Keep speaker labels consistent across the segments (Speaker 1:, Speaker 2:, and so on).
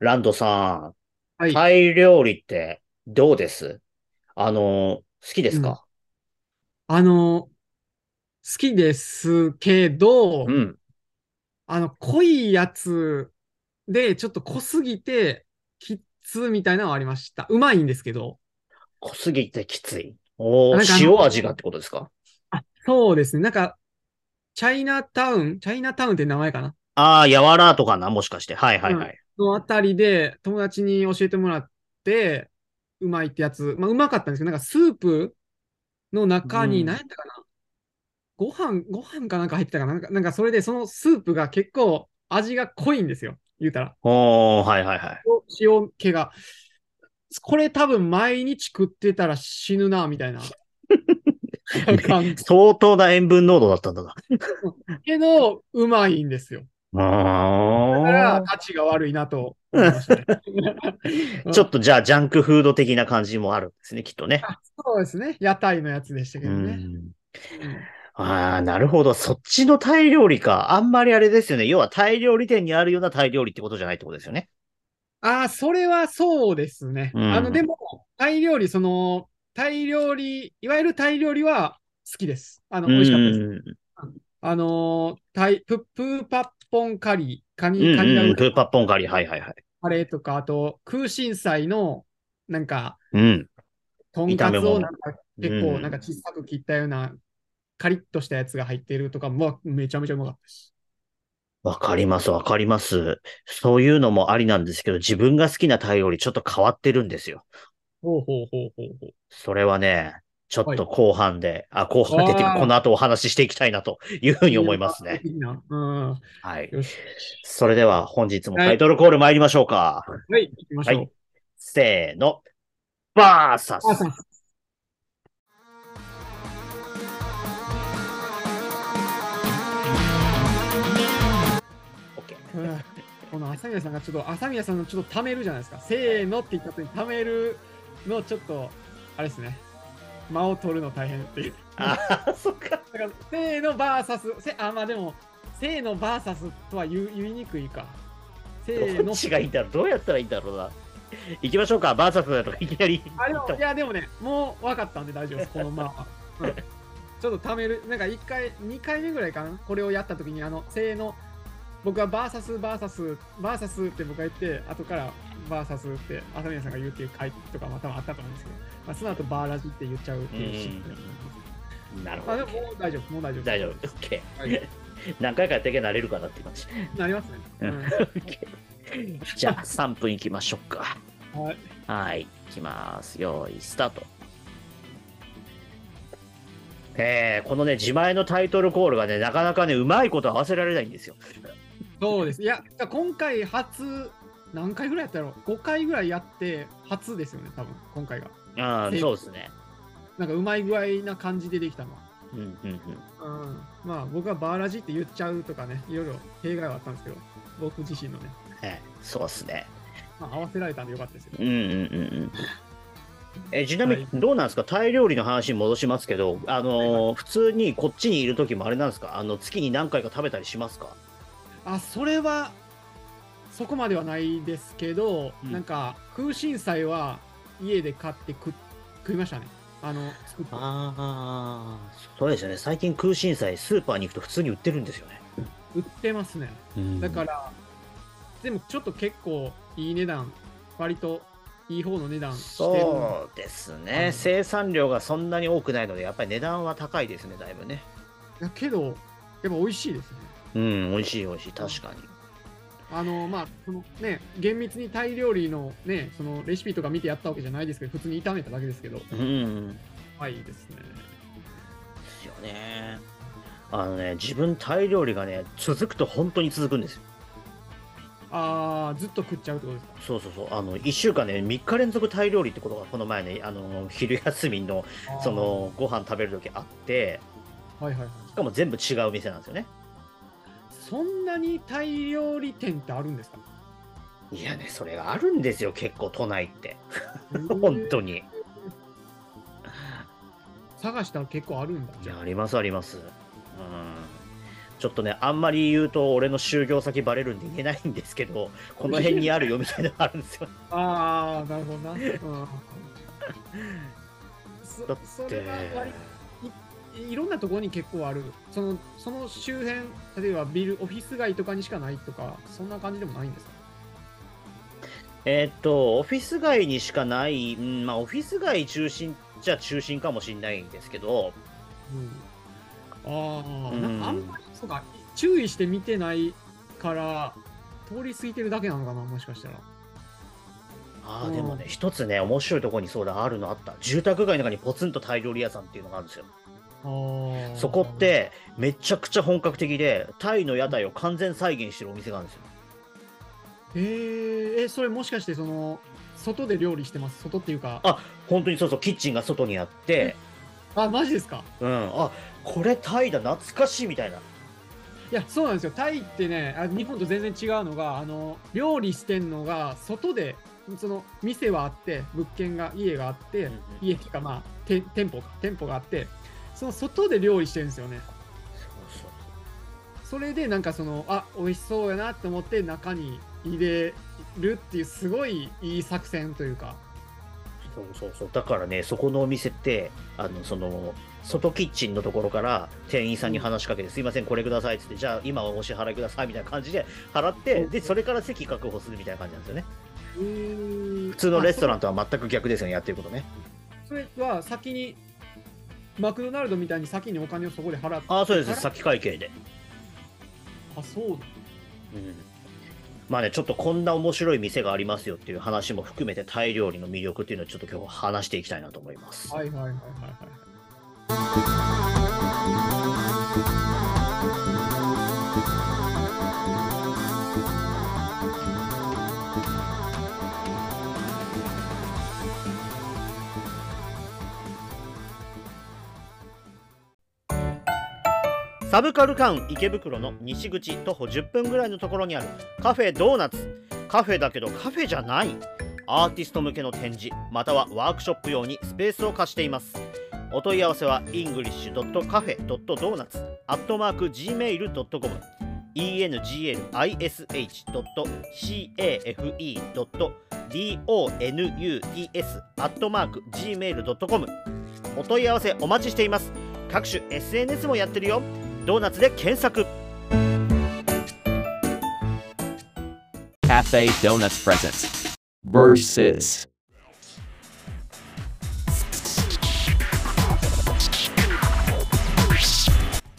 Speaker 1: ランドさ
Speaker 2: は
Speaker 1: ん、
Speaker 2: い。
Speaker 1: タイ料理ってどうですあの、好きで
Speaker 2: う
Speaker 1: す
Speaker 2: ん。
Speaker 1: か
Speaker 2: あの、好きですけ
Speaker 1: う
Speaker 2: ど、
Speaker 1: ん。
Speaker 2: あの、濃いやつで、ちょっと濃すぎて、きっつみたいなのはありました。うまいんですけど。
Speaker 1: 濃すぎてきつい。お
Speaker 2: あ、なんかあ
Speaker 1: ー、
Speaker 2: の、
Speaker 1: 塩味がってことですか
Speaker 2: あ、そうですね。なんか、チャイナタウン、チャイナタウンって名前かな。
Speaker 1: ああー、やわらとかな、もしかして。はいはいうは
Speaker 2: ん。
Speaker 1: い。
Speaker 2: のあたりで、友達に教えてもらって、うまいってやつ。まあ、うまかったんですけど、なんかスープの中
Speaker 1: う
Speaker 2: に、何
Speaker 1: ん。
Speaker 2: やったかな。ご飯、ご飯かなんか入ってたかな。なんか、なんかそれで、そのスープが結構味が濃いんですよ。言うたら。
Speaker 1: おー、はいはいはい。
Speaker 2: お塩気が。これ多分毎日食ってたら死ぬな、みたいな感じ。
Speaker 1: 相当な塩分濃度だったんだな。
Speaker 2: けど、うまいんですよ。だか ら、
Speaker 1: あ
Speaker 2: 価値が悪いなと思いま したね。
Speaker 1: ー
Speaker 2: う
Speaker 1: ちょっ
Speaker 2: ん
Speaker 1: とじゃあ、ジャンクフード的な感じもあるんですね、きっとね。
Speaker 2: あ、そうですね。屋台のやつでした
Speaker 1: う
Speaker 2: けどね。
Speaker 1: ん。
Speaker 2: うん、
Speaker 1: ああ、なるほど。そっちのタイ料理か。あんまりあれですよね。要はタイ料理店にあるようなタイ料理ってことじゃないってことですよね。
Speaker 2: あー、それはそうですね。
Speaker 1: う
Speaker 2: あの、で
Speaker 1: ん。
Speaker 2: も、タイ料理、その、タイ料理、いわゆるタイ料理は好きです。あ
Speaker 1: う
Speaker 2: の、美味しかったです。
Speaker 1: ん。うん
Speaker 2: うんあのータイ、プ、プーパッポンカリー、カ
Speaker 1: う
Speaker 2: ニ、カニが
Speaker 1: んう
Speaker 2: 売
Speaker 1: ん。
Speaker 2: っ
Speaker 1: プー
Speaker 2: た
Speaker 1: パッポンカリー。はいはいはい。
Speaker 2: カレーとか、あと、空心菜の、なんか、
Speaker 1: うん。
Speaker 2: とん
Speaker 1: 炒
Speaker 2: か
Speaker 1: め
Speaker 2: つを
Speaker 1: 物。
Speaker 2: なんか
Speaker 1: う
Speaker 2: 結構、なんか
Speaker 1: ん。
Speaker 2: 小さく切ったような、カリッとしたやつが入ってるとかも、めちゃめちゃうまかったし。
Speaker 1: わかります、わかります。そういうのもありなんですけど、自分が好きなタイ料理ちょっと変わってるんですよ。
Speaker 2: ほうほうほうほうほう。
Speaker 1: それはね、ちょっ
Speaker 2: は
Speaker 1: と
Speaker 2: い。
Speaker 1: 後半で、あ、後半でっていうか、こ
Speaker 2: あ
Speaker 1: の
Speaker 2: あ、
Speaker 1: 後お話ししていきたいなというふうに
Speaker 2: いい
Speaker 1: 思
Speaker 2: ない
Speaker 1: ますね。
Speaker 2: いいな。うん。
Speaker 1: はい。
Speaker 2: よし。
Speaker 1: それでは本日も
Speaker 2: は
Speaker 1: タイ
Speaker 2: い。
Speaker 1: トルコール参りましょうか。
Speaker 2: はい。行きま
Speaker 1: は
Speaker 2: し
Speaker 1: い。
Speaker 2: ょ
Speaker 1: せーの。バーサ
Speaker 2: う。あ
Speaker 1: ス。
Speaker 2: さん。
Speaker 1: OK。
Speaker 2: うん、この朝宮さんがちょっと、朝宮さんのちょっとためるじゃないですか。せーのって言った後にためるのちょっと、あれですね。間を取るの大変っていう。
Speaker 1: ああ、そっか。
Speaker 2: だから、せーのバーサス、せ、あ、まあでも、せーのバーサスとは言う、言いにくいか。
Speaker 1: ど
Speaker 2: せー
Speaker 1: っ
Speaker 2: の。
Speaker 1: ちがいいんだろう。どうやったらいいんだろうな。行きましょうか。バーサスだとかいきなり
Speaker 2: あ、で
Speaker 1: 言っ
Speaker 2: も、
Speaker 1: た
Speaker 2: い
Speaker 1: もん。
Speaker 2: や、でもね、もう分かったんで大丈夫 です。この間は。うん。ちょっとためる、なんか一回、二回目ぐらいかな。これをやった時に、あの、せーの、僕はバーサス、バーサス、バーサスって僕が言って、後からバーサスって、朝宮さんが言うっていう回とかも多分あったと思うんですけど、まあ、その後バーラジって言っちゃうっ
Speaker 1: う
Speaker 2: ていうシーンだと思い
Speaker 1: ん。
Speaker 2: ます。
Speaker 1: なるほ
Speaker 2: まあ
Speaker 1: ど。
Speaker 2: でも、もう大丈夫、もう大丈夫、
Speaker 1: 大
Speaker 2: 大
Speaker 1: 丈
Speaker 2: 丈夫
Speaker 1: 夫。
Speaker 2: です。
Speaker 1: OK。
Speaker 2: はい。
Speaker 1: 何回かやっていけば慣れるかなって感 じ。
Speaker 2: なりますね。
Speaker 1: うん
Speaker 2: うん。
Speaker 1: OK じゃあ、3分行きましょうか。
Speaker 2: はい。
Speaker 1: はい。行きます。よーい、スタート。えー、このね、自前のタイトルコールがね、なかなかね、うまいこと合わせられないんですよ。
Speaker 2: そうです。いや、だから今回初、何回ぐらいやったろう ?5 回ぐらいやって、初ですよね、多分今回が。
Speaker 1: ああ、
Speaker 2: 成
Speaker 1: そう
Speaker 2: 功。
Speaker 1: ですね。
Speaker 2: なんかうまい具合な感じでできたのは。
Speaker 1: うん、うん、うん。
Speaker 2: うん。まあ、僕はバーラジって言っちゃうとかね、いろいろ弊害はあったんですけど、僕自身のね、
Speaker 1: はい、そうですね。
Speaker 2: まあ、合わせられたんでよかったですよ。
Speaker 1: うん、うん、うん、うん。え、ちなみ
Speaker 2: は
Speaker 1: に
Speaker 2: い。
Speaker 1: どうなんですかタイ料理の話に戻しますけど、あ
Speaker 2: はいはい。
Speaker 1: のー普通にこっちにいる時もあれなんですかあの、月に何回か食べたりしますか
Speaker 2: あ、それは、そこまではないですけど、
Speaker 1: う
Speaker 2: なん
Speaker 1: ん。
Speaker 2: か、空心菜は家で買って食っ食いましたね。あの、作って。
Speaker 1: ああ、そうですよね。最近空心菜、スーパーに行くと普通に売ってるんですよね。
Speaker 2: 売ってますね。
Speaker 1: う
Speaker 2: だか
Speaker 1: ん。
Speaker 2: ら、でもちょっと結構いい値段、割といい方の値段してるん
Speaker 1: そうです
Speaker 2: あ
Speaker 1: ね。
Speaker 2: の、い
Speaker 1: 生産量がそんなに多くないので、やっぱり値段は高いですね、だいぶね。
Speaker 2: やけど、やっぱ美味しいですね。
Speaker 1: うん、美味しい美味しい。
Speaker 2: う
Speaker 1: 確
Speaker 2: ん
Speaker 1: かに。
Speaker 2: あの、まあ、そのね、厳密にタイ料理のね、そのレシピとか見てやったわけじゃないですけど、普通に炒めただけですけど、
Speaker 1: うん。
Speaker 2: はいいですね。
Speaker 1: ですよね。あのね、自分タイ料理がね、続くと本当に続くんですよ。
Speaker 2: あー、ずっと食っちゃうってことですか。
Speaker 1: そうそうそう、あの、1週間ね、3日連続タイ料理ってことが、この前ね、あの、昼休みの、
Speaker 2: あ
Speaker 1: そ
Speaker 2: ー、
Speaker 1: の、ご飯食べるときあって、
Speaker 2: はいはいはい。
Speaker 1: しかも全部違う店なんですよね。
Speaker 2: そんなにタイ料理店ってあるんですか
Speaker 1: いやね、それがあるんですよ、結構都内って。
Speaker 2: へ
Speaker 1: 本
Speaker 2: ー
Speaker 1: 当に。
Speaker 2: 探したら結構あるんだ、
Speaker 1: い
Speaker 2: じゃ
Speaker 1: や、
Speaker 2: あ。
Speaker 1: あります、あります。うん。ちょっとね、あんまり言うと俺の就業先バレるんで言えないんですけど、この辺にあるよみたいなのがあるん ですよ。
Speaker 2: ああ、なるほど な。うん、そ
Speaker 1: だって
Speaker 2: それは割いいろんなところに結構あるその、その周辺、例えばビル、オフィス街とかにしかないとか、そんな感じでもないんですか
Speaker 1: えーっと、オフィス街にしかない、うん、まあオフィス街中心じゃ中心かもしれないんですけど、
Speaker 2: ああ、
Speaker 1: うん
Speaker 2: なんかあんまり、そうか、注意して見てないから、通り過ぎてるだけなのかな、もしかしたら。
Speaker 1: あ
Speaker 2: う
Speaker 1: あ、
Speaker 2: ん
Speaker 1: でもね、一つね、面白いところにそうだ、あるのあった。住宅街の中にポツンとタイ料理屋さんっていうのがあるんですよ。そこっ、て、めちゃくちゃ本格的で、タイの屋台を完全再現してるお店があるんですよ。
Speaker 2: えー、え、それもしかして、その、外で料理してます、外っていうか、
Speaker 1: あ本当にそうそう、キッチンが外にあって、
Speaker 2: あ、マジですか
Speaker 1: うん、あ、これタイだ、懐かしいみたいな。
Speaker 2: いやそうなんですよタイってねあ日本と全然違うのがあの料理してんのが外でその店はあって物件が家があって、家っていうかまあて店舗店舗があってその外で料理してるんですよね
Speaker 1: そうそう
Speaker 2: それでなんかそのあ美味しそうやなって思って中に入れるっていうすごいいい作戦というか
Speaker 1: そうそうそうだからねそこのお店ってあのその外キッチンのところから店員さんに話しかけて「すいませんこれください」っつって「じゃあ今お支払いください」みたいな感じで払ってでそれから席確保するみたいな感じなんですよね
Speaker 2: 普
Speaker 1: 普通のレストランとは全く逆ですよねやってることね
Speaker 2: それそれは先にマクドナルドみたいに先にお金をそこで払って
Speaker 1: ああそうです
Speaker 2: 払っ
Speaker 1: 先会計で、
Speaker 2: あそうなんだ
Speaker 1: うん、まあねちょっとこんな面白い店がありますよっていう話も含めてタイ料理の魅力っていうのをちょっと今日は話していきたいなと思います、
Speaker 2: はいはいはいはいはい
Speaker 1: サブカルカウン池袋の西口徒歩10分ぐらいのところにあるカフェドーナツカフェだけどカフェじゃないアーティスト向けの展示またはワークショップ用にスペースを貸していますお問い合わせは english.cafe.donuts.gmail.com english.cafe.donuts.gmail.com お問い合わせお待ちしています各種 SNS もやってるよドーナツで検索
Speaker 3: Cafe Donuts presents Versus.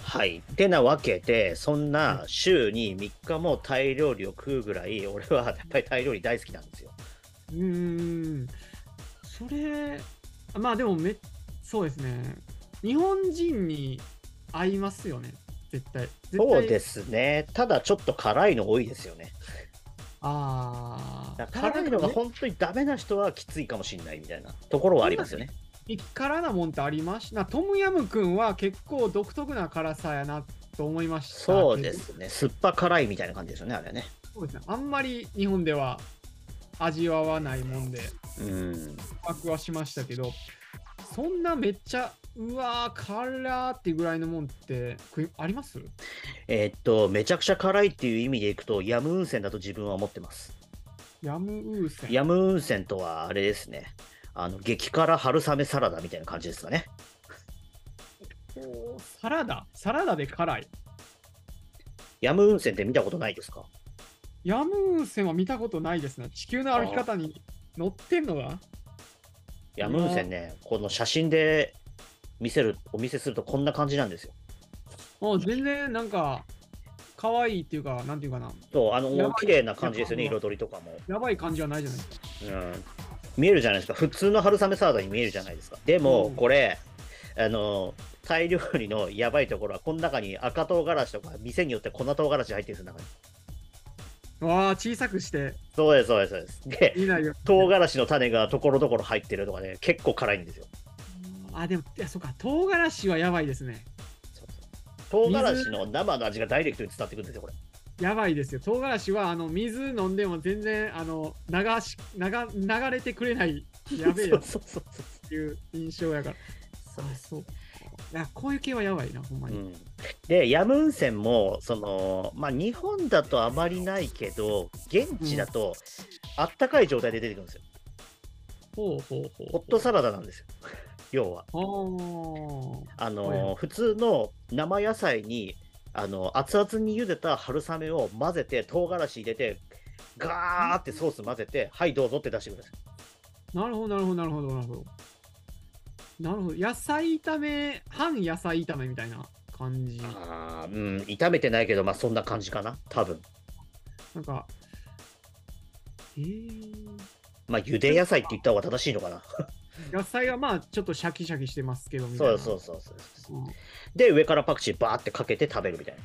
Speaker 1: はいてなわけでそんな週に3日もタイ料理を食うぐらい俺はやっぱりタイ料理大好きなんですよ
Speaker 2: うーん、それ、まあでもめ、そうですね、日本人に合いますよね、絶対。絶対。
Speaker 1: そうですすねただちょっと辛いの多いですよね
Speaker 2: ああ、
Speaker 1: 辛いのが本当にダメな人はきついかもしれないみたいなところはありますよね
Speaker 2: 激辛なもんってありましな、トムヤムくんは結構独特な辛さやなと思いましたけど。
Speaker 1: そうですね酸っぱ辛いみたいな感じですよねあれね
Speaker 2: そうですね。あんまり日本では味わわないもんで。
Speaker 1: うん
Speaker 2: ワクはしましたけど、そんなめっちゃ、うわー、辛ーっていうぐらいのもんって、食いあります
Speaker 1: えーっとめちゃくちゃ辛いっていう意味でいくとヤムウンセンだと自分は思ってます
Speaker 2: ヤムウーセン。
Speaker 1: ヤムウンセンとはあれですね。あの激辛春雨サラダみたいな感じですかね。
Speaker 2: おーサラダサラダで辛い。
Speaker 1: ヤムウンセンって見たことないですか
Speaker 2: ヤムウンセンは見たことないですね。地球の歩き方に乗ってんのが
Speaker 1: ヤムウンセンね、この写真で見せる、お見せするとこんな感じなんですよ。
Speaker 2: もう全然なんか、可愛いっていうか、なんていうかな。
Speaker 1: そう、あ
Speaker 2: やば
Speaker 1: の
Speaker 2: い、
Speaker 1: 綺麗な感じですよね、
Speaker 2: やばい
Speaker 1: 彩りとかも。
Speaker 2: やばい感じはないじゃないですか。
Speaker 1: うん。見えるじゃないですか。普通の春雨サラダに見えるじゃないですか。でも、
Speaker 2: うん
Speaker 1: これ、あの、タイ料理のやばいところは、この中に赤唐辛子とか、店によって粉唐辛子入ってるんですよ、中に。
Speaker 2: わあ、小さくして、
Speaker 1: そうです、そうです、そうです。で、
Speaker 2: 見ないよ。
Speaker 1: 唐辛子の種がところどころ入ってるとかね、結構辛いんですよ。
Speaker 2: あ、でも、いや、そっか、唐辛子はやばいですね。
Speaker 1: そうそう唐辛子の生の味がダイレクトに伝わってくるんですよ、これ。
Speaker 2: やばいですよ。唐辛子は、あの、水飲んでも全然、あの、流し、流、流れてくれない、やべえ
Speaker 1: そ
Speaker 2: や
Speaker 1: う
Speaker 2: つ
Speaker 1: そうそうそう
Speaker 2: っていう印象やから。
Speaker 1: そう
Speaker 2: あそう。いやこういう系はやばいな、ほんま
Speaker 1: う
Speaker 2: に。
Speaker 1: んで、ヤムウンセンも、その、まあ、日本だとあまりないけど、現地だと、あったかい状態で出てくるんですよ。
Speaker 2: ほうほうほう。
Speaker 1: ホットサラダなんですよ。 要は。
Speaker 2: ほう。
Speaker 1: あ
Speaker 2: は
Speaker 1: の普通の生野菜にあの熱々に茹でた春雨を混ぜて唐辛子入れてガーってソース混ぜてはいどうぞって出してください
Speaker 2: なるほど、なるほど、なるほど、なるほど。なるほど。野菜炒め、半野菜炒めみたいな感じ。
Speaker 1: あーうん炒めてないけどまあそんな感じかな多分
Speaker 2: なんか、えー、
Speaker 1: まあ茹で野菜って言った方が正しいのかな
Speaker 2: 野菜がまあちょっとシャキシャキしてますけどみたい
Speaker 1: そ
Speaker 2: な。
Speaker 1: うそうそうそう
Speaker 2: うん。
Speaker 1: で上からパクチーバーってかけて食べるみたい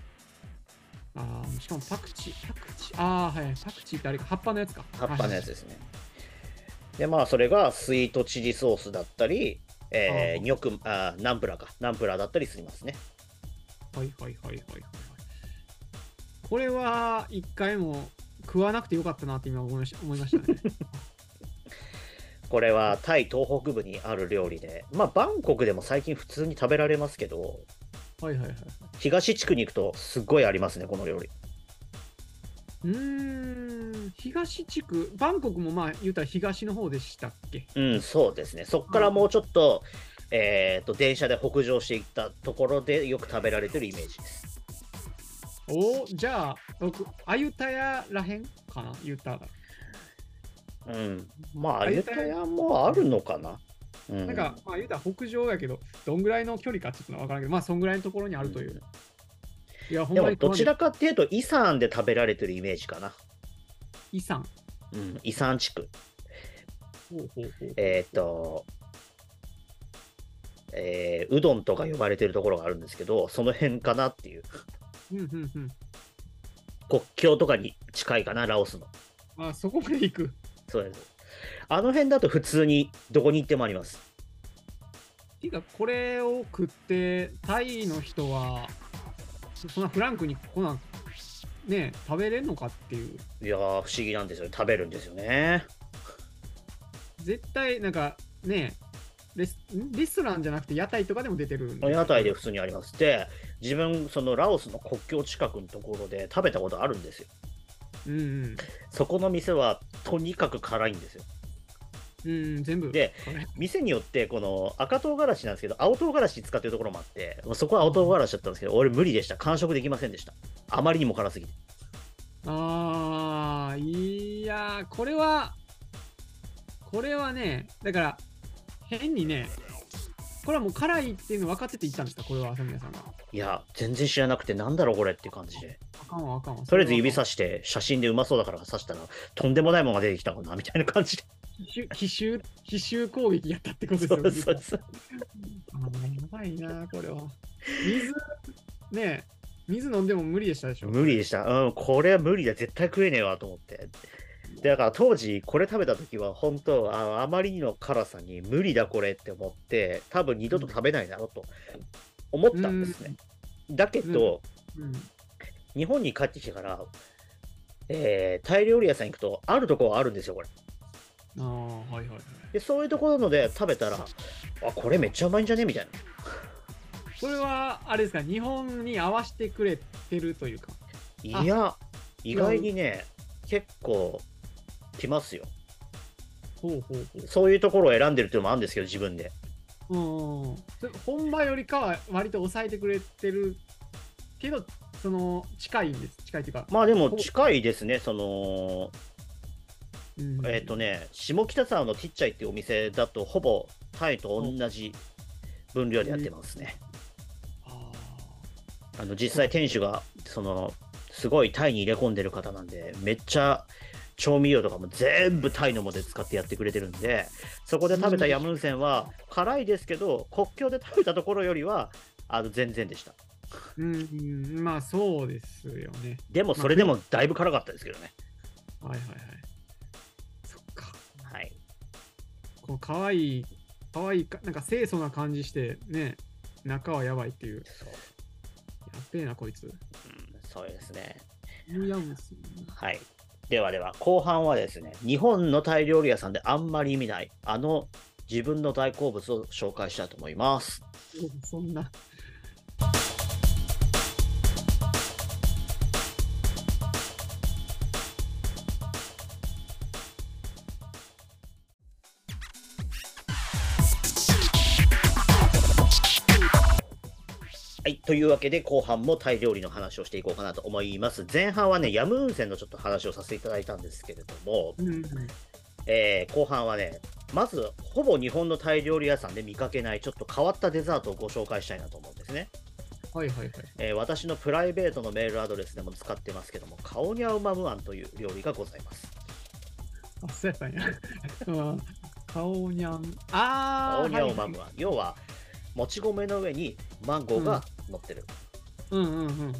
Speaker 2: あーしかもパクチー、パクチー、ああ、はい、パクチーってあれか、葉っぱのやつか。
Speaker 1: な葉っぱのやつ
Speaker 2: は
Speaker 1: で
Speaker 2: い
Speaker 1: すねでまあそれがスイートチリソースだったりえ
Speaker 2: あ
Speaker 1: ー、
Speaker 2: ー
Speaker 1: ニョクあーナンプラーかナンプラーだったりしますね
Speaker 2: はいはいはいはいはいはい。これは一回も食わなくてよかったなって今思いました思いまし たね。
Speaker 1: これはタイ東北部にある料理で、まあ、バンコクでも最近普通に食べられますけど、
Speaker 2: はいはいはい。
Speaker 1: 東地区に行くとすっごいありますね、この料理。
Speaker 2: うーん、東地区、バンコクもまあ言うたら東の方でしたっけ
Speaker 1: うん、そうですね。そこからもうちょっと、えーと、電車で北上していったところでよく食べられてるイメージです。
Speaker 2: おーじゃあ、僕、アユタヤらへんかな言うたら。
Speaker 1: うん。まあ、
Speaker 2: あ
Speaker 1: アユタヤもあるのかな。うん、
Speaker 2: なんか、まあ言うたら北上やけど、どんぐらいの距離かちょっとわからんけど、まあそんぐらいのところにあるという。いや、ほん
Speaker 1: で
Speaker 2: ま
Speaker 1: も、
Speaker 2: に
Speaker 1: どちら
Speaker 2: か。
Speaker 1: かっていうと、イサンで食べられてるイメージかな。
Speaker 2: 遺産。
Speaker 1: うん、イサン地区。
Speaker 2: ほうほうほう。
Speaker 1: えっ、と、えーうどんとか呼ばれてるところがあるんですけど、その辺かなっていう、
Speaker 2: うんうんうん。
Speaker 1: 国境とかに近いかな、ラオスの。
Speaker 2: あ、そこまで行く。
Speaker 1: そうです。あの辺だと普通にどこに行ってもあります。
Speaker 2: ていうか、これを食って、タイの人は、そそんなフランクにこんなん、ねえ、食べれんのかっていう。
Speaker 1: いやー、不思議なんですよね。食べるんですよね。
Speaker 2: 絶対、なんか、ねえ、レスんレストランじゃなくて屋台とかでも出てるん
Speaker 1: 屋台で普通にあります。で、自分、そのラオスの国境近くのところで食べたことあるんですよ。
Speaker 2: うんうん
Speaker 1: そこの店はとにかく辛いんですよ。
Speaker 2: うんうん全部
Speaker 1: で
Speaker 2: これ
Speaker 1: 店によってこの赤唐辛子なんですけど青唐辛子使ってるところもあってもうそこは青唐辛子だったんですけど俺無理でした完食できませんでしたあまりにも辛すぎて
Speaker 2: ああいやーこれはこれはねだから変にねこれはもう辛いっていうの分かってて言ったんですかこれは朝宮さんが
Speaker 1: いや全然知らなくてなんだろうこれっていう感じで
Speaker 2: あかんわあかんわ
Speaker 1: とりあえず指さして写真でうまそうだから刺したらとんでもないものが出てきたかなみたいな感じで
Speaker 2: 奇襲奇襲奇襲攻撃やったってことです
Speaker 1: そう
Speaker 2: よね。
Speaker 1: そうそう
Speaker 2: あーやばいな、これは。水、ねえ、水飲んでも無理でしたでしょ。
Speaker 1: 無理でしたうんこれは無理だ絶対食えねえわと思ってでだから当時これ食べた時は本当ああまりの辛さに無理だこれって思って多分二度と食べないだろうと思ったんですねだけど、
Speaker 2: うん。
Speaker 1: 日本に帰ってきてから、えータイ料理屋さん行くと、あるとこはあるんですよ、これ。
Speaker 2: ああ、はいはいはい。
Speaker 1: で、そういうところので食べたら、あ、これめっちゃうまいんじゃねみたいな。
Speaker 2: これは、あれですか、日本に合わせてくれてるというか。
Speaker 1: いや、意外にね、結構来ますよ。
Speaker 2: ほうほう
Speaker 1: そういうところを選んでるっていうのもあるんですけど、自分で。
Speaker 2: ほう。うん。それ本場よりかは、割と抑えてくれてるけど、その、近いんです。近いというか。
Speaker 1: まあでも近いですね、その、
Speaker 2: うん
Speaker 1: えっ、とね、下北沢のティッチャイっていうお店だと、ほぼタイと同じ分量でやってますね。
Speaker 2: あ
Speaker 1: あの実際店主がそのすごいタイに入れ込んでる方なんでめっちゃ調味料とかも全部タイのもので使ってやってくれてるんでそこで食べたヤムンセンは辛いですけど国境で食べたところよりはあの全然でした
Speaker 2: ーうん、うんまあ、そうですよね。
Speaker 1: でもそれでもだいぶ辛かったですけどね
Speaker 2: はいはいはい。そっか。
Speaker 1: はい
Speaker 2: この可愛い、可愛いか、なんか清楚な感じして、ね、中はやばいっていう。
Speaker 1: そう,、
Speaker 2: やっべえな、こいつ。
Speaker 1: うん、そうですね
Speaker 2: ニューヤムス。
Speaker 1: はいではでは後半はですね日本のタイ料理屋さんであんまり見ないあの自分の大好物を紹介したいと思います。
Speaker 2: そんな。
Speaker 1: はい。というわけで、後半もタイ料理の話をしていこうかなと思います。前半はね、ヤムウンセンのちょっと話をさせていただいたんですけれども、
Speaker 2: うん。
Speaker 1: えー後半はね、まず、ほぼ日本のタイ料理屋さんで見かけない、ちょっと変わったデザートをご紹介したいなと思うんですね。
Speaker 2: はいはいはい。
Speaker 1: えー私のプライベートのメールアドレスでも使ってますけども、カオニャウマムアンという料理がございます。
Speaker 2: あ、そうやったんや。うん。カオニャン。
Speaker 1: カ
Speaker 2: あー。
Speaker 1: オニャウマ
Speaker 2: はい
Speaker 1: ムアン。要は、もち米の上にマンゴーが乗ってる。
Speaker 2: うんうんうんうんうん。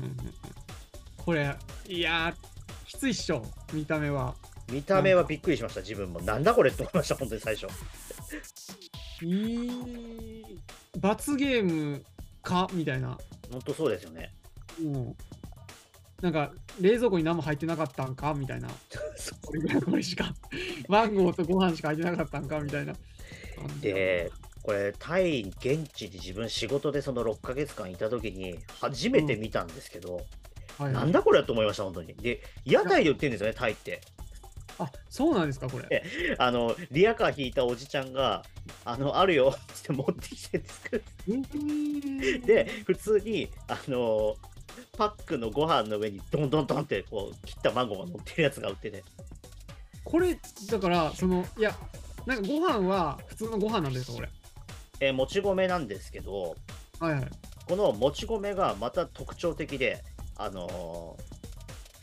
Speaker 2: これ、いやー、きついっしょ、見た目は。
Speaker 1: 見た目はびっくりしました、自分も。なんだこれって思いました、本当に最初。
Speaker 2: いい。罰ゲームかみたいな。
Speaker 1: 本当そうですよ ね。
Speaker 2: うん。なんか、冷蔵庫に何も入ってなかったんかみたいな。これぐらいこれしか。 マンゴーとご飯しか入ってなかったんかみたいな。
Speaker 1: で、これ、タイ現地に自分、仕事でその6ヶ月間いた時に、初めて見たんですけど、
Speaker 2: はい
Speaker 1: なんだこれと思いました、本当に。で、屋台で売ってるんですよね、タイって。
Speaker 2: あ、そうなんですか、これ。
Speaker 1: あの、リアカー引いたおじちゃんが、あの、あるよって持ってきて作る。で、普通に、あの、パックのご飯の上にドンドンドンってこう切ったマンゴーが乗ってるやつが売ってて、
Speaker 2: これだからそのいやなんかご飯は普通のご飯なんですかこれ
Speaker 1: えーもち米なんですけど、
Speaker 2: はいはい
Speaker 1: このもち米がまた特徴的で、あのー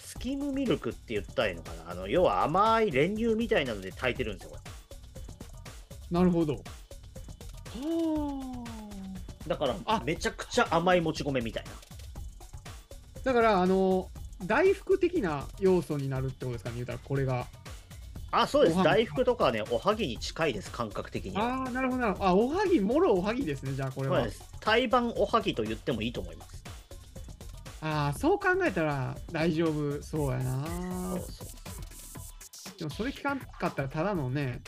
Speaker 1: スキムミルクって言ったらいいのかなあの要は甘い練乳みたいなので炊いてるんですよこれ
Speaker 2: なるほどはあ
Speaker 1: だか
Speaker 2: あ
Speaker 1: らめちゃくちゃ甘いもち米みたいな
Speaker 2: だからあの大福的な要素になるってことですかね言うたらこれが
Speaker 1: あそうで
Speaker 2: ご
Speaker 1: す
Speaker 2: 飯
Speaker 1: 大福とかはねおはぎに近いです感覚的には
Speaker 2: ああなるほどなるほどあおはぎもろおはぎですねじゃあこれ
Speaker 1: そうな
Speaker 2: は
Speaker 1: んです台湾おはぎと言ってもいいと思います
Speaker 2: ああそう考えたら大丈夫そうやな
Speaker 1: そうそう
Speaker 2: でもそれ聞かんかったらただのね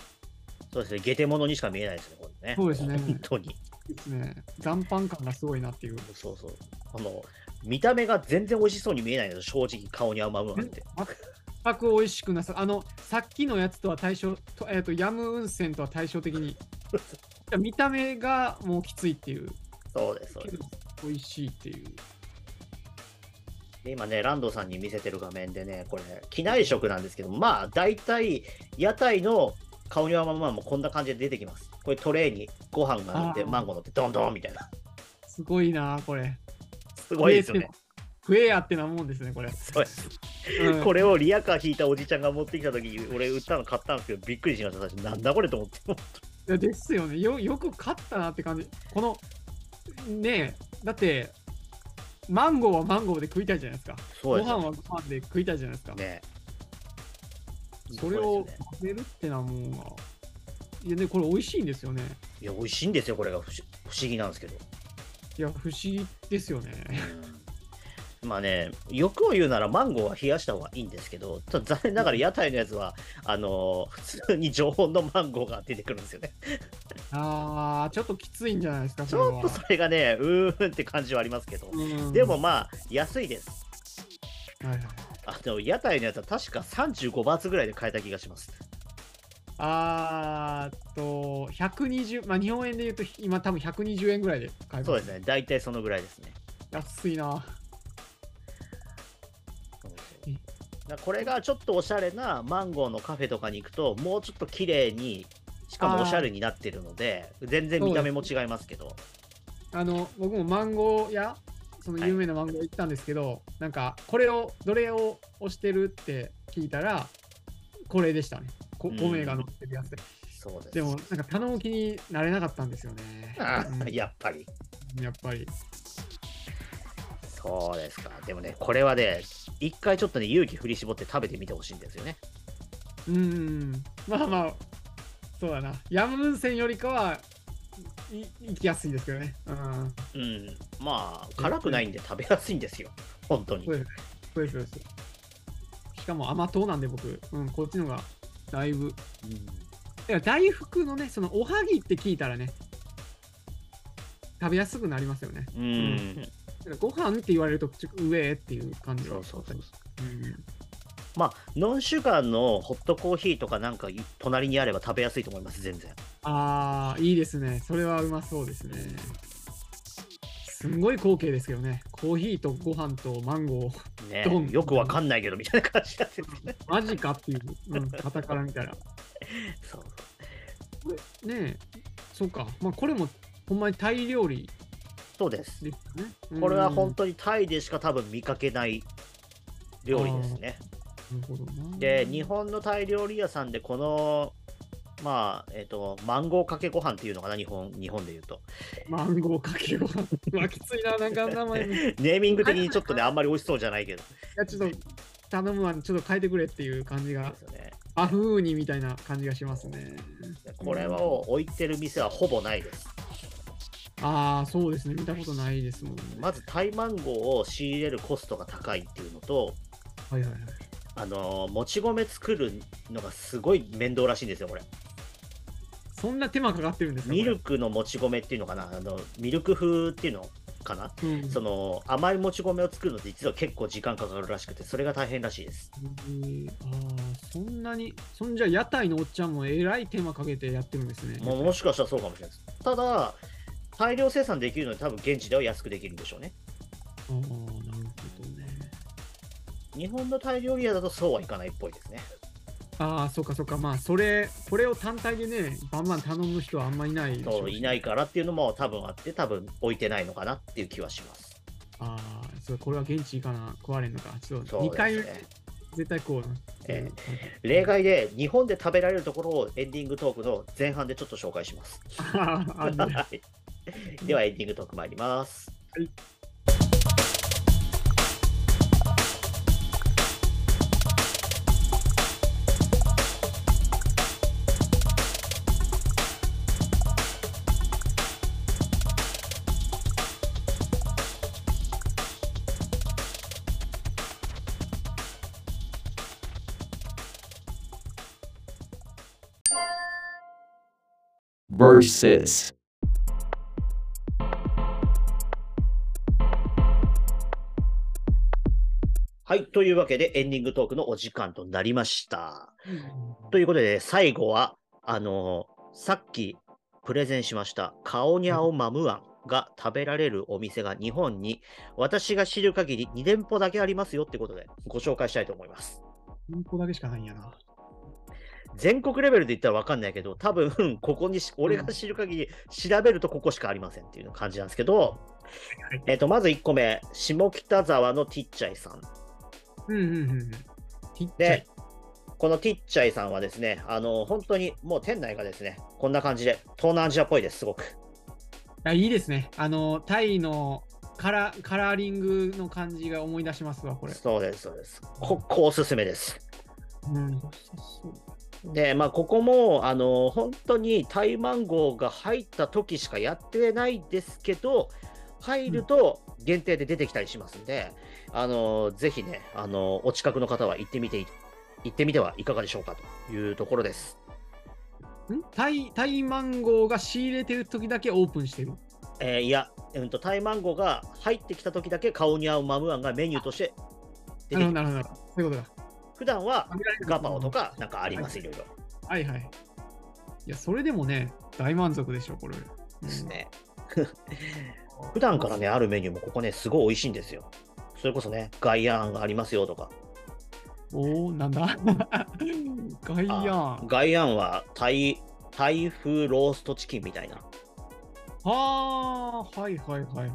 Speaker 1: そうですねゲテモノにしか見えないですねこれね
Speaker 2: そうですね
Speaker 1: 本当に
Speaker 2: ですね残飯感がすごいなっていう
Speaker 1: そうそうあの見た目が全然美味しそうに見えないんですよ正直顔に甘むなんて
Speaker 2: 全く美味しくなさあのさっきのやつとは対照と,、えー、とヤムウンセンとは対照 的に見た目がもうきついっていう
Speaker 1: そうですそうです
Speaker 2: けど美味しいっていう
Speaker 1: で今ね、ランドさんに見せてる画面でね、これ、機内食なんですけど、まあ、大体、屋台の顔にはままもこんな感じで出てきます。これ、トレーにご飯が乗って、
Speaker 2: あー
Speaker 1: マンゴー乗って、ドンドンみたい な。
Speaker 2: すごいなこれ
Speaker 1: すごいですよね。
Speaker 2: フェアってなもんですねこれ、
Speaker 1: そうです
Speaker 2: うん
Speaker 1: これをリアカー引いたおじちゃんが持ってきたときに、俺、売ったの買ったんですけど、びっくりしました、私。なんだこれと思って。
Speaker 2: いやですよねよよく買ったなって感じこのねえだってマンゴーはマンゴーで食いたいじゃないですか
Speaker 1: そう
Speaker 2: ご
Speaker 1: です
Speaker 2: 飯
Speaker 1: よ
Speaker 2: はご飯で食いたいじゃないですか
Speaker 1: ね。
Speaker 2: それを
Speaker 1: そうですよね
Speaker 2: 食べるってなもんはいやねこれ美味しいんですよね
Speaker 1: いや、美味しいんですよ、これが不思不思議なんですけど。
Speaker 2: いや、不思議ですよね。
Speaker 1: うんまあね、欲を言うならマンゴーは冷やした方がいいんですけど、ただ残念ながら屋台のやつは、あのー普通に常温のマンゴーが出てくるんですよね。
Speaker 2: ああ、ちょっときついんじゃないですか、
Speaker 1: ち
Speaker 2: それ
Speaker 1: ょっ
Speaker 2: は
Speaker 1: と。それがね、うーんって感じはありますけど、
Speaker 2: うん
Speaker 1: でも、まあ、安いです。
Speaker 2: はいはい
Speaker 1: あの屋台のやつは確か35バーツぐらいで買えた気がします。
Speaker 2: あーっと、120、まあ、日本円で言うと、今多分120円ぐらいで買えます
Speaker 1: そうですね、大体そのぐらいですね。
Speaker 2: 安いな。
Speaker 1: だ
Speaker 2: うん
Speaker 1: からこれがちょっとおしゃれなマンゴーのカフェとかに行くと、もうちょっと綺麗に、しかもおしゃれになってるので、全然見た目も違いますけど。
Speaker 2: あの、僕もマンゴー屋、その有名なマンゴー屋行ったんですけど、なんか、これを、どれを押してるって聞いたら、これでしたね。こ
Speaker 1: うん
Speaker 2: 5名が乗ってるやつで。
Speaker 1: そうです
Speaker 2: でも、なんか頼む気になれなかったんですよね。
Speaker 1: あ
Speaker 2: うん
Speaker 1: ーやっぱり。
Speaker 2: やっぱり。
Speaker 1: そうですか。でもね、これはね、一回ちょっとね、勇気振り絞って食べてみてほしいんですよね。
Speaker 2: うーん、まあまあ、そうだな。ヤムウンセンよりかは、い行きやすいですけどね。うん。
Speaker 1: うん。まあ、辛くないんで食べやすいんですよ。本当に
Speaker 2: そ。うです。そうです。そうですしかも甘党なんで僕、うん、こっちのがだい
Speaker 1: う
Speaker 2: ぶ
Speaker 1: ん
Speaker 2: から大福のね、そのおはぎって聞いたらね、食べやすくなりますよね。
Speaker 1: うん
Speaker 2: んだからご飯って言われると、ちょ上っていう感じ
Speaker 1: そ
Speaker 2: は。
Speaker 1: うそうそうそう
Speaker 2: うん
Speaker 1: まあノンシュガーのホットコーヒーとかなんかい隣にあれば食べやすいと思います全然
Speaker 2: ああ、いいですね。それはうまそうですね。すんごい光景ですけどね。コーヒーとご飯とマンゴー、
Speaker 1: ね
Speaker 2: どん
Speaker 1: よくわかんないけどみたいな感じになってて
Speaker 2: マジかっていう、うん、方から見たら。
Speaker 1: そう
Speaker 2: ねえ、そうか。まあ、これも、ほんまにタイ料理
Speaker 1: そうです
Speaker 2: ですよね。うん
Speaker 1: これは本当にタイでしか多分見かけない料理ですね
Speaker 2: なるほどな
Speaker 1: で日本のタイ料理屋さんでこのまあえっ、とマンゴーかけご飯っていうのかな日本日本で言うと
Speaker 2: マンゴーかけご飯。 まあ、きついな、なんか名前に。い
Speaker 1: ネーミング的にちょっとねあんまり美味しそうじゃないけど
Speaker 2: や、ちょっと頼むわ、ちょっと変えてくれっていう感じ
Speaker 1: そう
Speaker 2: が
Speaker 1: です、よね
Speaker 2: アフーニみたいな感じがしますね。
Speaker 1: これを置いてる店はほぼないです
Speaker 2: ああ、そうですね。見たことないですもんね。
Speaker 1: まずタイマンゴーを仕入れるコストが高いっていうのと
Speaker 2: はいはいはい。
Speaker 1: あのーもち米作るのがすごい面倒らしいんですよこれ
Speaker 2: そんな手間かかってるんですか
Speaker 1: ミルクのもち米っていうのかなあのミルク風っていうのかな
Speaker 2: ク、うん
Speaker 1: その甘いもち米を作るのって実は結構時間かかるらしくてそれが大変らしいです
Speaker 2: えーああ、そんなに、そんじゃ屋台のおっちゃんもえらい手間かけてやってるんですね。
Speaker 1: ももしかしたらそうかもしれないですただ大量生産できるので多分現地では安くできるんでしょうね
Speaker 2: ああ、なるほどね。
Speaker 1: 日本のタイ料理屋だとそうはいかないっぽいですね
Speaker 2: ああ、そうかそうか。まあ、それ、これを単体でね、バンバン頼む人はあんまいないでしょ
Speaker 1: そう
Speaker 2: し
Speaker 1: いないからっていうのも多分あって多分置いてないのかなっていう気はします
Speaker 2: ああ、そうこれは現地行かな、壊れんのか。ちょっと
Speaker 1: そう
Speaker 2: 2回
Speaker 1: で
Speaker 2: 目、
Speaker 1: すね
Speaker 2: 絶対こうな。
Speaker 1: え例外で日本で食べられるところをエンディングトークの前半でちょっと紹介します。
Speaker 2: あああの
Speaker 1: はいではエンディングトーク参ります。
Speaker 2: はい
Speaker 3: versus
Speaker 1: はい、というわけでエンディングトークのお時間となりました。ということで最後はあのさっきプレゼンしましたカオニャオマムアンが食べられるお店が日本に私が知る限り2店舗だけありますよってことでご紹介したいと思います。
Speaker 2: うんこだけしかないんやな。
Speaker 1: 全国レベルで言ったら分かんないけど、多分 ここにし、俺が知る限り、調べるとここしかありませんっていう感じなんですけど、
Speaker 2: はい
Speaker 1: えっと、まず1個目、下北沢のティッチャイさん。
Speaker 2: うんうんうんうん。ちっちゃ
Speaker 1: で
Speaker 2: い。、
Speaker 1: このティッチャイさんはですね、あの、本当にもう店内がですね、こんな感じで、東南アジアっぽいです、すごく。
Speaker 2: あいいですね。あの、タイのカラカラーリングの感じが思い出しますわ、これ。
Speaker 1: そうです、そうです。ここおすすめです。
Speaker 2: うん。
Speaker 1: で、まあ、ここも、あの、本当にタイマンゴーが入った時しかやってないですけど、入ると限定で出てきたりしますんで、あの、ぜひね、あの、お近くの方は行ってみてい、行ってみてはいかがでしょうかというところです。
Speaker 2: んタイタイマンゴーが仕入れてる時だけオープンしてる。
Speaker 1: えーいや、うんと、タイマンゴーが入ってきた時だけ顔に合うマムアンがメニューとして出て
Speaker 2: なる
Speaker 1: き
Speaker 2: ほど、
Speaker 1: ま
Speaker 2: な
Speaker 1: す
Speaker 2: るほど。そういうことだ。
Speaker 1: 普段はガパオとかなんかあります、いろいろ
Speaker 2: はいはい。いや、それでもね、大満足でしょ、これ。
Speaker 1: ですね。 普段からね、あるメニューもここね、すごい美味しいんですよ。それこそね、ガイアンがありますよとか。
Speaker 2: おお、なんだガイアン。
Speaker 1: あ
Speaker 2: は
Speaker 1: ガイアンはタイ、タイ風ローストチキンみたいな。
Speaker 2: あ、はいはいはいはいはい。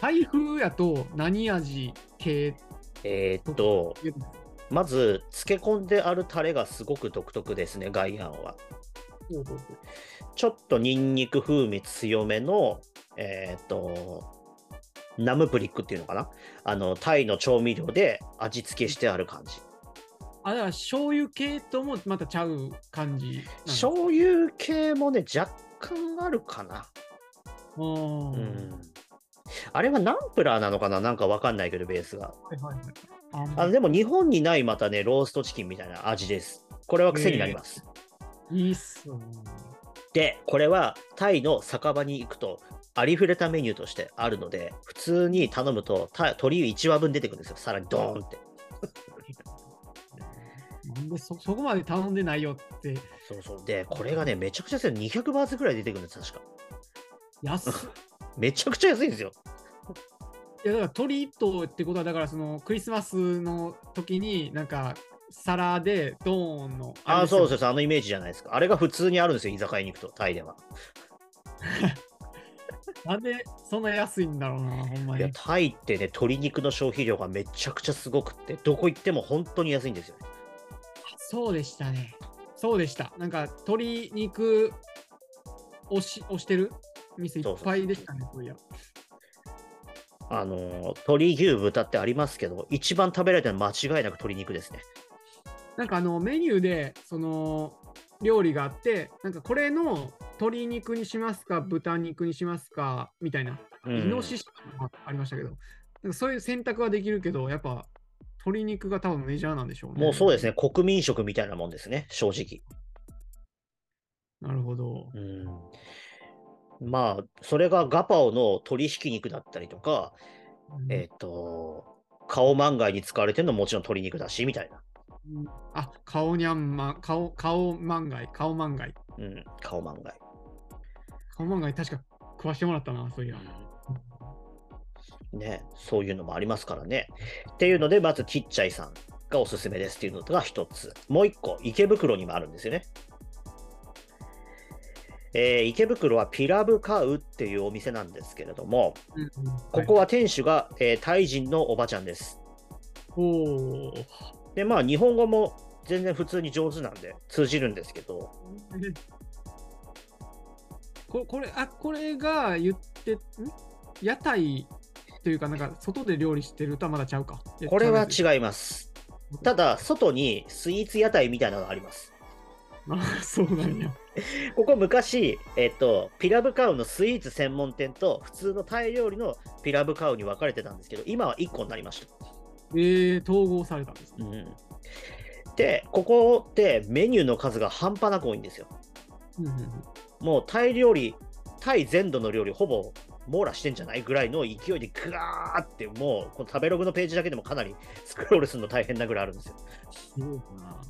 Speaker 2: 台風やと何味系
Speaker 1: えーっと、まず、漬け込んであるタレがすごく独特ですね、ガイアンは。ちょっとニンニク風味強めの、えーっと、ナムプリックっていうのかなあの、タイの調味料で味付けしてある感じ。
Speaker 2: あ、だから醤油系ともまたちゃう感じ。
Speaker 1: 醤油系もね、若干あるかな。
Speaker 2: 油
Speaker 1: う
Speaker 2: うん。
Speaker 1: んあれはナンプラーなのかななんかわかんないけど、ベースが。
Speaker 2: はいはいはい。あ
Speaker 1: あのでも日本にないまたね、ローストチキンみたいな味です。これは癖になります。
Speaker 2: いいっすよね。
Speaker 1: で、これはタイの酒場に行くと、ありふれたメニューとしてあるので、普通に頼むと、タ鶏1羽分出てくるんですよ、さらにドーンって。
Speaker 2: なんでそそこまで頼んでないよって、
Speaker 1: そうそう。で、これがね、めちゃくちゃ安い。200バーツぐらい出てくるんです、確か。
Speaker 2: 安っ
Speaker 1: めちゃくちゃ安いんですよ。
Speaker 2: いやだから鳥一頭ってことは、だからそのクリスマスの時に、なんか皿でドーンの。
Speaker 1: ああ、そう
Speaker 2: そ
Speaker 1: そうそう、あのイメージじゃないですか。あれが普通にあるんですよ、居酒屋に行くと、タイでは。
Speaker 2: う。なんでそんな安いんだろうな、ほんま
Speaker 1: いや
Speaker 2: に。
Speaker 1: タイってね、鶏肉の消費量がめちゃくちゃすごくって、どこ行っても本当に安いんですよね。
Speaker 2: そうでしたね。そうでした。なんか鶏肉押し押してる店いっぱいでしたね、そういや。
Speaker 1: あのー、鶏牛豚ってありますけど、一番食べられたのは間違いなく鶏肉ですね。
Speaker 2: なんかあのメニューでその料理があって、なんかこれの鶏肉にしますか、豚肉にしますかみたいな、
Speaker 1: うん
Speaker 2: イノシシとかもありましたけど、なんかそういう選択はできるけど、やっぱ鶏肉が多分メジャーなんでしょうね。
Speaker 1: もうそうですね、国民食みたいなもんですね、正直。
Speaker 2: なるほど。
Speaker 1: うん、まあ、それがガパオの鶏ひき肉だったりとか、えっ、と、顔万がに使われてるのももちろん鶏肉だし、みたいな。
Speaker 2: うんあ、顔にゃんま、顔、顔万がい、顔万がい。
Speaker 1: うん、顔万が
Speaker 2: 顔万がい確か食わしてもらったな、そういや。
Speaker 1: ね、そういうのもありますからね。っていうので、まず、キッチャイさんがおすすめですっていうのが一つ。もう一個、池袋にもあるんですよね。えー池袋はピラブカウっていうお店なんですけれども、ここ
Speaker 2: は
Speaker 1: は店主が、えータイ人のおばちゃんです。
Speaker 2: い。おー
Speaker 1: で、まあ、日本語も全然普通に上手なんで通じるんですけど、
Speaker 2: ここれ、あ、これが言って、ん屋台というか、なんか外で料理してるとはまだちゃうか。
Speaker 1: これは
Speaker 2: う。
Speaker 1: 違います。ただ、外にスイーツ屋台みたいなのがあります。
Speaker 2: あ、 そうなんや。
Speaker 1: ここ昔、えっと、ピラブカウのスイーツ専門店と普通のタイ料理のピラブカウに分かれてたんですけど、今は1個になりました。
Speaker 2: えー、統合されたんですね。
Speaker 1: うん、で、ここってメニューの数が半端なく多いんですよ。
Speaker 2: うんうんうん
Speaker 1: もうタイ料理、タイ全土の料理ほぼ網羅してんじゃないぐらいの勢いでグワーってもうこの食べログのページだけでもかなりスクロールするの大変なぐらいあるんですよ。
Speaker 2: すごいな。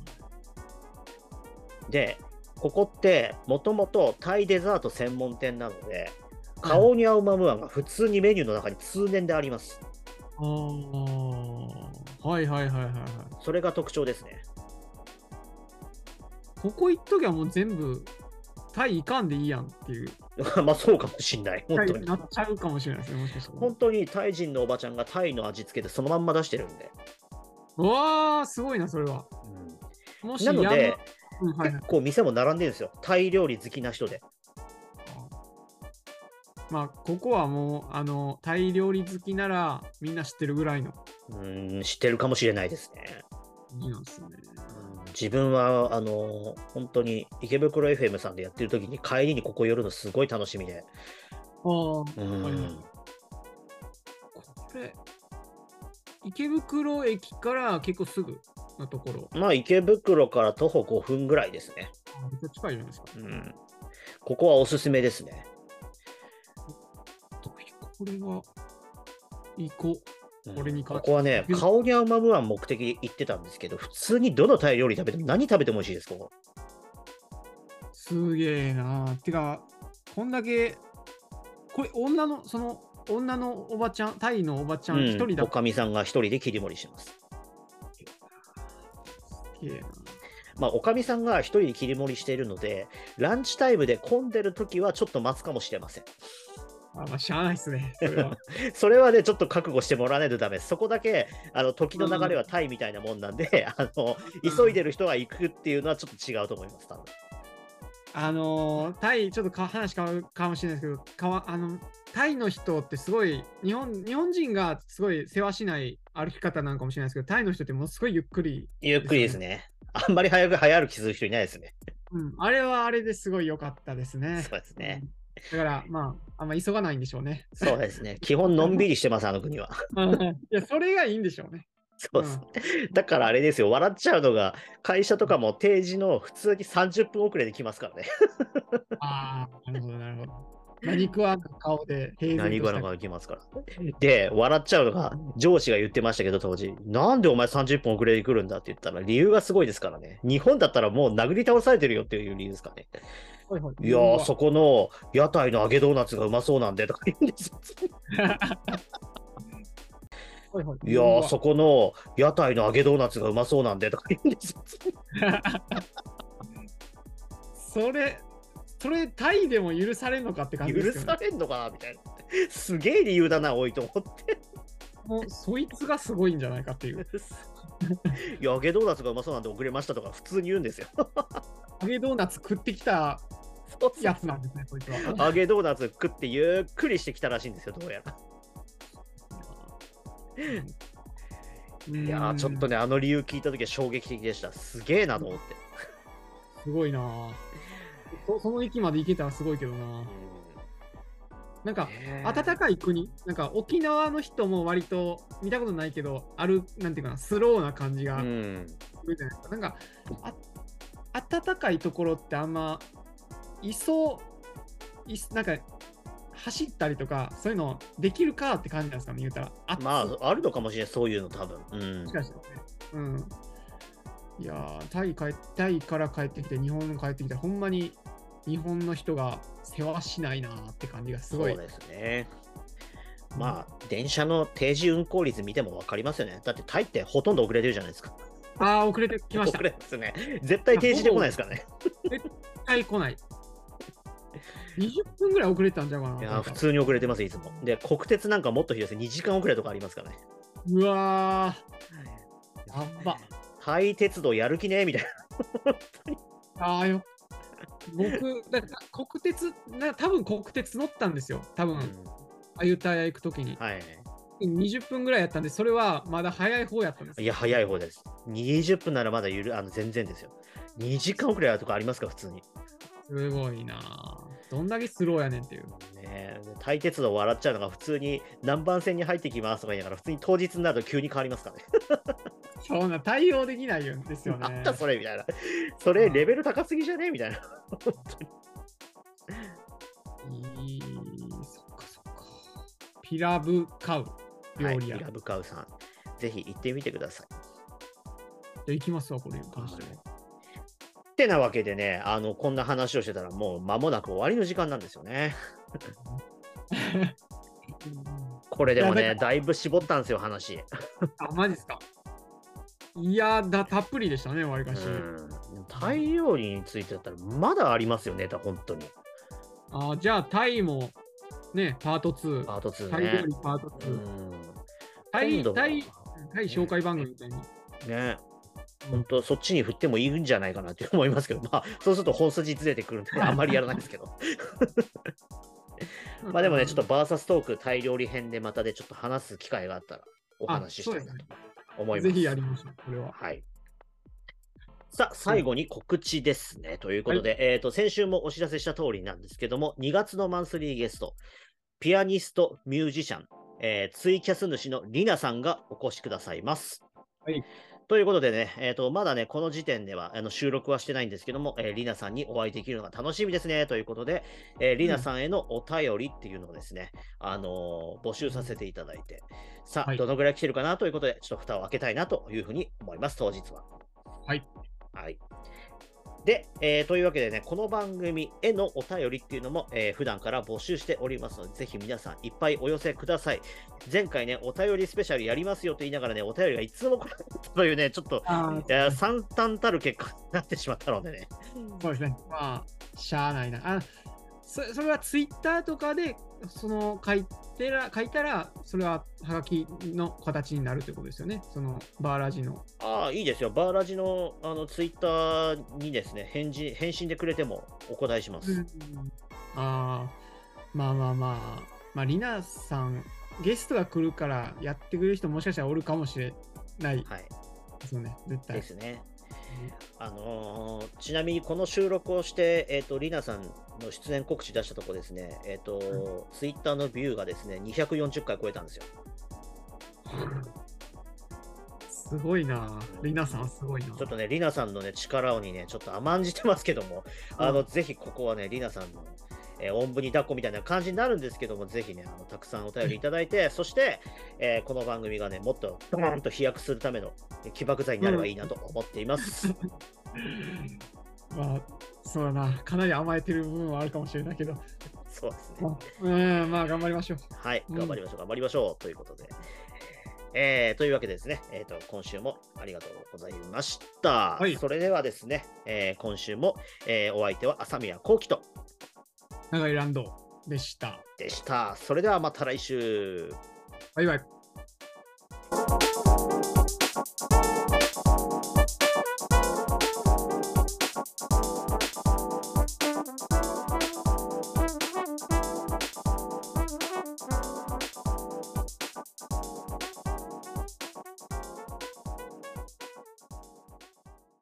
Speaker 1: で、ここってもともとタイデザート専門店なので、カオニャウマムアンが普通にメニューの中に通年であります。
Speaker 2: あーはいはいはいはいはい。
Speaker 1: それが特徴ですね。
Speaker 2: ここ行っときゃもう全部、タイいかんでいいやんっていう。
Speaker 1: まあそうかもしんない、本当に
Speaker 2: な。っちゃうかもしれないですね、もしかしたら。
Speaker 1: 本当にタイ人のおばちゃんがタイの味付けでそのまんま出してるんで。
Speaker 2: うわー、すごいな、それは。もし
Speaker 1: なので、
Speaker 2: 山うんはいはい
Speaker 1: 結構店も並んでるんですよ。タイ料理好きな人で。
Speaker 2: まあ、ここはもう、あの、タイ料理好きなら、みんな知ってるぐらいの。
Speaker 1: うーん、知ってるかもしれないですね。
Speaker 2: いいなんですね。
Speaker 1: うん自分は、あの、本当に池袋 FM さんでやってる時に帰りにここ寄るのすごい楽しみで。
Speaker 2: ああ、
Speaker 1: うん
Speaker 2: はいはいこれ、池袋駅から結構すぐのところ、
Speaker 1: まあ池袋から徒歩5分ぐらいですね。
Speaker 2: めっちゃ近いじゃないですか。
Speaker 1: うん。ここはおすすめですね。
Speaker 2: これは、行こ
Speaker 1: うん
Speaker 2: これに関
Speaker 1: こ
Speaker 2: して
Speaker 1: こはね、カオニャウマムアン目的で行ってたんですけど、普通にどのタイ料理食べても何食べても美味しいです、ここ。
Speaker 2: う。すげえなー。てか、こんだけ、これ、女の、その、女のおばちゃん、タイのおばちゃん一人だ
Speaker 1: おかみさんが一人で切り盛りしてます。
Speaker 2: すげえな。
Speaker 1: まあ、おかみさんが一人で切り盛りしているので、ランチタイムで混んでる時はちょっと待つかもしれません。
Speaker 2: あ、まあ、しゃあないっす ね。それは
Speaker 1: それはね、ちょっと覚悟してもらわないとダメです。そこだけ、あの、時の流れはタイみたいなもんなんで、あの、急いでる人は行くっていうのはちょっと違うと思います、多分。
Speaker 2: あのータイ、ちょっとか話変わるかもしれないですけど、かわあのタイの人ってすごい日本、日本人がすごい世話しない歩き方なのかもしれないですけど、タイの人ってものすごいゆっくり、
Speaker 1: ゆっくりですね。あんまり早く早歩きする人いないですね。
Speaker 2: うん、あれはあれですごい良かったですね。
Speaker 1: そうですね。
Speaker 2: だから、まあ、あんま急がないんでしょうね。
Speaker 1: そうですね。基本のんびりしてます、あの国は。
Speaker 2: いや、それがいいんでしょうね。
Speaker 1: そうそうだからあれですよ、笑っちゃうのが、会社とかも定時の普通に30分遅れで来ます からね。
Speaker 2: ああ、なるほど、なるほど。何食わぬ顔で平然
Speaker 1: 何
Speaker 2: と
Speaker 1: が
Speaker 2: し
Speaker 1: な
Speaker 2: た
Speaker 1: んか来ますから。で、笑っちゃうのが、上司が言ってましたけど、当時、なんでお前30分遅れて来るんだって言ったら、理由がすごいですからね。日本だったらもう殴り倒されてるよっていう理由ですかね。
Speaker 2: ほいほ
Speaker 1: いやー、そこの屋台の揚げドーナツがうまそうなんでとか言うんですよ。
Speaker 2: ほいほ
Speaker 1: いやー、そこの屋台の揚げドーナツがうまそうなんでとか言うんですよ。
Speaker 2: それ、それ、タイでも許されるのかって感じで
Speaker 1: 許
Speaker 2: すよ、
Speaker 1: さ
Speaker 2: ね。
Speaker 1: れんのかなみたいな。すげえ理由だな、おいと思って。
Speaker 2: もうそいつがすごいんじゃないかっていう。
Speaker 1: いや、揚げドーナツがうまそうなんで遅れましたとか普通に言うんですよ。
Speaker 2: 揚げドーナツ食ってきたやつなんですね、そいつは。
Speaker 1: 揚げドーナツ食ってゆっくりしてきたらしいんですよ、どうやら。いやー、ちょっとね、
Speaker 2: ね。
Speaker 1: あの理由聞いたときは衝撃的でした。すげえなと思って。
Speaker 2: すごいなぁそその域まで行けたらすごいけどななんか、暖かい国、なんか沖縄の人も割と見たことないけど、ある、なんていうかな、スローな感じが
Speaker 1: う
Speaker 2: す
Speaker 1: ん。
Speaker 2: るじゃないですか。なんか、あ暖かいところってあんま、いそう、いなんか、走ったりとか、そういうのできるかって感じなんですかね、言うたら。あ
Speaker 1: まあ、あるのかもしれない、そういうの多分。うん
Speaker 2: もし。かしたらね。うん。いやータイ帰、タイから帰ってきて、日本に帰ってきて、ほんまに日本の人が世話しないなーって感じがす
Speaker 1: そう
Speaker 2: ごい。
Speaker 1: ですね。まあ、電車の定時運行率見ても分かりますよね。だってタイってほとんど遅れてるじゃないですか。
Speaker 2: ああ、遅れてきました。
Speaker 1: 遅れますね。絶対定時で来ないですからね。
Speaker 2: 絶対来ない。20分ぐらい遅れてたんじゃうかな。
Speaker 1: い
Speaker 2: な
Speaker 1: やー、
Speaker 2: んか
Speaker 1: 普通に遅れてます、いつも。で、国鉄なんかもっとひどいですね。2時間遅れとかありますからね。
Speaker 2: うわー、やっば。
Speaker 1: タイ鉄道やる気ねみたいな。
Speaker 2: ああよ。僕、だから国鉄、な多分国鉄乗ったんですよ。多分、あゆたや行くときに。
Speaker 1: はい。
Speaker 2: 20分ぐらいやったんで、それはまだ早い方やったんです。
Speaker 1: いや、早い方です。20分ならまだゆるあの全然ですよ。2時間遅れとかありますか、普通に。
Speaker 2: すごいなあどんだけスローやねんっていう。
Speaker 1: ねえ、タイ鉄道笑っちゃうのが普通に南蛮線に入ってきますとか言いながら、普通に当日になると急に変わりますからね。
Speaker 2: そんな対応できないんですよね。
Speaker 1: あったそれみたい な。それレベル高すぎじゃねみたいな。
Speaker 2: いいそっかそっか。ピラブカウ料理屋。
Speaker 1: はい、イラブカウさん。ぜひ行ってみてください。
Speaker 2: じゃあ行きますわ、これに関しては。
Speaker 1: ってなわけでね、あの、こんな話をしてたらもう間もなく終わりの時間なんですよね。これでも
Speaker 2: いや
Speaker 1: ね、
Speaker 2: だ
Speaker 1: だいぶ絞ったんですよ、話。
Speaker 2: あ、マジっすか。いやだ、たっぷりでしたね、わりかし。
Speaker 1: うん、タイ料理についてだったらまだありますよネタ本当に
Speaker 2: あーじゃあ、タイも、ね、パート2。
Speaker 1: パート2
Speaker 2: タイ料
Speaker 1: ね
Speaker 2: 理パート
Speaker 1: う
Speaker 2: 2。
Speaker 1: ん
Speaker 2: タイ
Speaker 1: 今、度は
Speaker 2: タイ、タイ紹介番組みたいに。
Speaker 1: ね本当そっちに振ってもいいんじゃないかなって思いますけどまあそうすると本筋ずれてくるんであんまりやらないですけどまあでもねちょっとバーサストークタイ料理編でまたでちょっと話す機会があったらお話ししたいなと思います
Speaker 2: ぜひやりましょう、これは。
Speaker 1: はい。さあ、最後に告知ですね。ということで、えっ、と、先週もお知らせした通りなんですけども、2月のマンスリーゲスト、ピアニスト、ミュージシャン、えーツイキャス主のリナさんがお越しくださいます。
Speaker 2: はい。
Speaker 1: ということでね、えっ、と、まだね、この時点ではあの収録はしてないんですけども、えー、リナさんにお会いできるのが楽しみですね。ということで、えー、リナさんへのお便りっていうのをですね、あのー募集させていただいて、さ
Speaker 2: は
Speaker 1: あ、
Speaker 2: い
Speaker 1: どのぐらい来てるかなということで、ちょっと蓋を開けたいなというふうに思います、当日は。
Speaker 2: はい。
Speaker 1: はい。で、えーというわけでね、この番組へのお便りっていうのも、えー普段から募集しておりますので、ぜひ皆さんいっぱいお寄せください。前回ね、お便りスペシャルやりますよと言いながらね、お便りがいつも来ないというね、ちょっと、
Speaker 2: あ
Speaker 1: いや惨憺たる結果になってしまったのでね。
Speaker 2: そうですね。まあ、しゃあないな。あそそれはツイッターとかで、その書いてら書いたら、それははがきの形になるということですよね。そのバーラジの。
Speaker 1: ああ、いいですよ。バーラジのあのツイッターにですね、返事、返信でくれてもお答えします。
Speaker 2: ああ、まあまあまあ、まあ、リナさん、ゲストが来るから、やってくれる人もしかしたらおるかもしれない
Speaker 1: はい。
Speaker 2: ですよね、絶対
Speaker 1: で。すね。あのーちなみにこの収録をして、えっ、と、りなさんの出演告知出したとこですね、えっ、と、ツイッターのビューがですね、240回超えたんですよ。
Speaker 2: すごいな。リナさん、すごいな。
Speaker 1: ちょっとね、リナさんのね、力をにね、ちょっと甘んじてますけども、あの、
Speaker 2: うん
Speaker 1: ぜひここはね、リナさんの、えー、おんぶに抱っこみたいな感じになるんですけども、ぜひね、あのたくさんお便りいただい て、そして、えーこの番組がね、もっとドーンと飛躍するためのえー起爆剤になればいいなと思っています。
Speaker 2: まあ、そうだな。かなり甘えてる部分はあるかもしれないけど。
Speaker 1: そうですね。
Speaker 2: まあうん、まあ、頑張りましょう。
Speaker 1: はい、
Speaker 2: うん
Speaker 1: 頑張りましょう、頑張りましょうということで。えーというわけでですね、えーと、今週もありがとうございました。
Speaker 2: はい
Speaker 1: それではですね、えー今週も、えーお相手は朝宮幸輝と
Speaker 2: 長いランドでした。
Speaker 1: でした。それではまた来週。
Speaker 2: バイバイ。